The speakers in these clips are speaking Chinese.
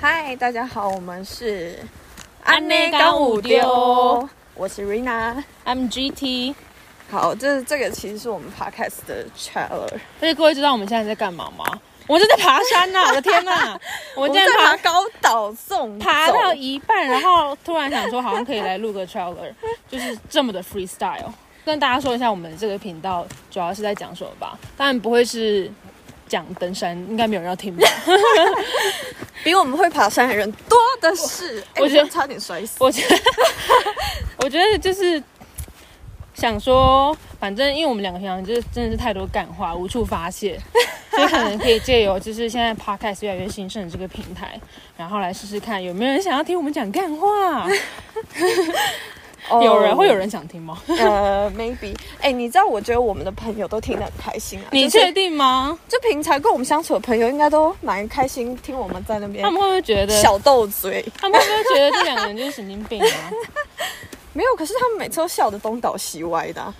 嗨，大家好，我们是安内刚五丢，我是 Rina。 MGT。好，这这个其实是我们 podcast 的 trailer，而且各位知道我们现在在干嘛吗？我们正在爬山呐、我的 天呐，我我们们竟在然爬爬高岛纵爬走到一半，然后突然想说好像可以来录个 trailer，就是 这么的 freestyle。跟大家说一下，我们这个频道主要是在讲什么吧？当然不会是讲登山，应该没有人要听吧？比我们会爬山的人多的是，哎我觉得刚差点摔死。我觉得， 我觉得就是想说，反正因为我们两个平常就是真的是太多感话，无处发泄， 所以可能可以借由就是现在 podcast 越来越兴盛的这个平台，然后来试试看有没有人想要听我们讲干话。哦有人会有人想听吗？呃，maybe，哎、你知道，我觉得我们的朋友都听得很开心啊。你就确是定吗？就平常跟我们相处的朋友，应该都蛮开心听我们在那边他们会不会觉得？小斗嘴。他们会不会觉得这两个人就是神经病啊？没有，可是他们每次都笑得东倒西歪的啊、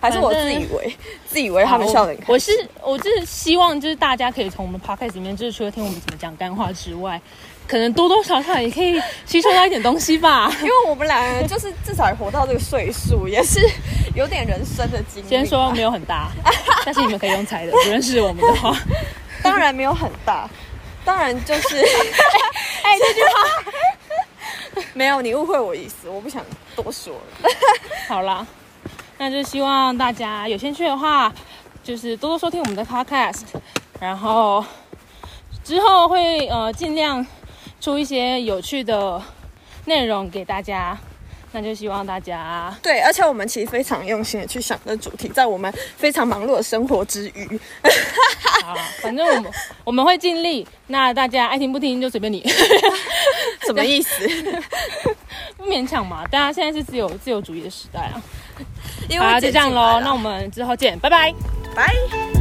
还是我自以为自以为他们笑得很开我是我是希望就是大家可以从我们 podcast 里面，就是除了听我们怎么讲干话之外，可能多多少少也可以吸收到一点东西吧。因为我们两个人就是至少也活到这个岁数，也是有点人生的经历。虽然说没有很 大，但是你们可以用猜的。不认识我们的话，当然没有很大，当然 就是，哎、这句话 没有，你误会我意思，我不想多说了。好啦，那就希望大家有兴趣的话，就是多多收听我们的 podcast，然后之后会呃尽量出一些有趣的内容给大家。那就希望大家对，而且我们其实非常用心的去想这主题，在我们非常忙碌的生活之余，好，啊反正我们我们会尽力。那大家爱听不听就随便你， 什么意思？不勉强嘛。大家现在是自由自由主义的时代啊。因 好为啊，就这样喽。那我们们之后见，拜拜。 拜。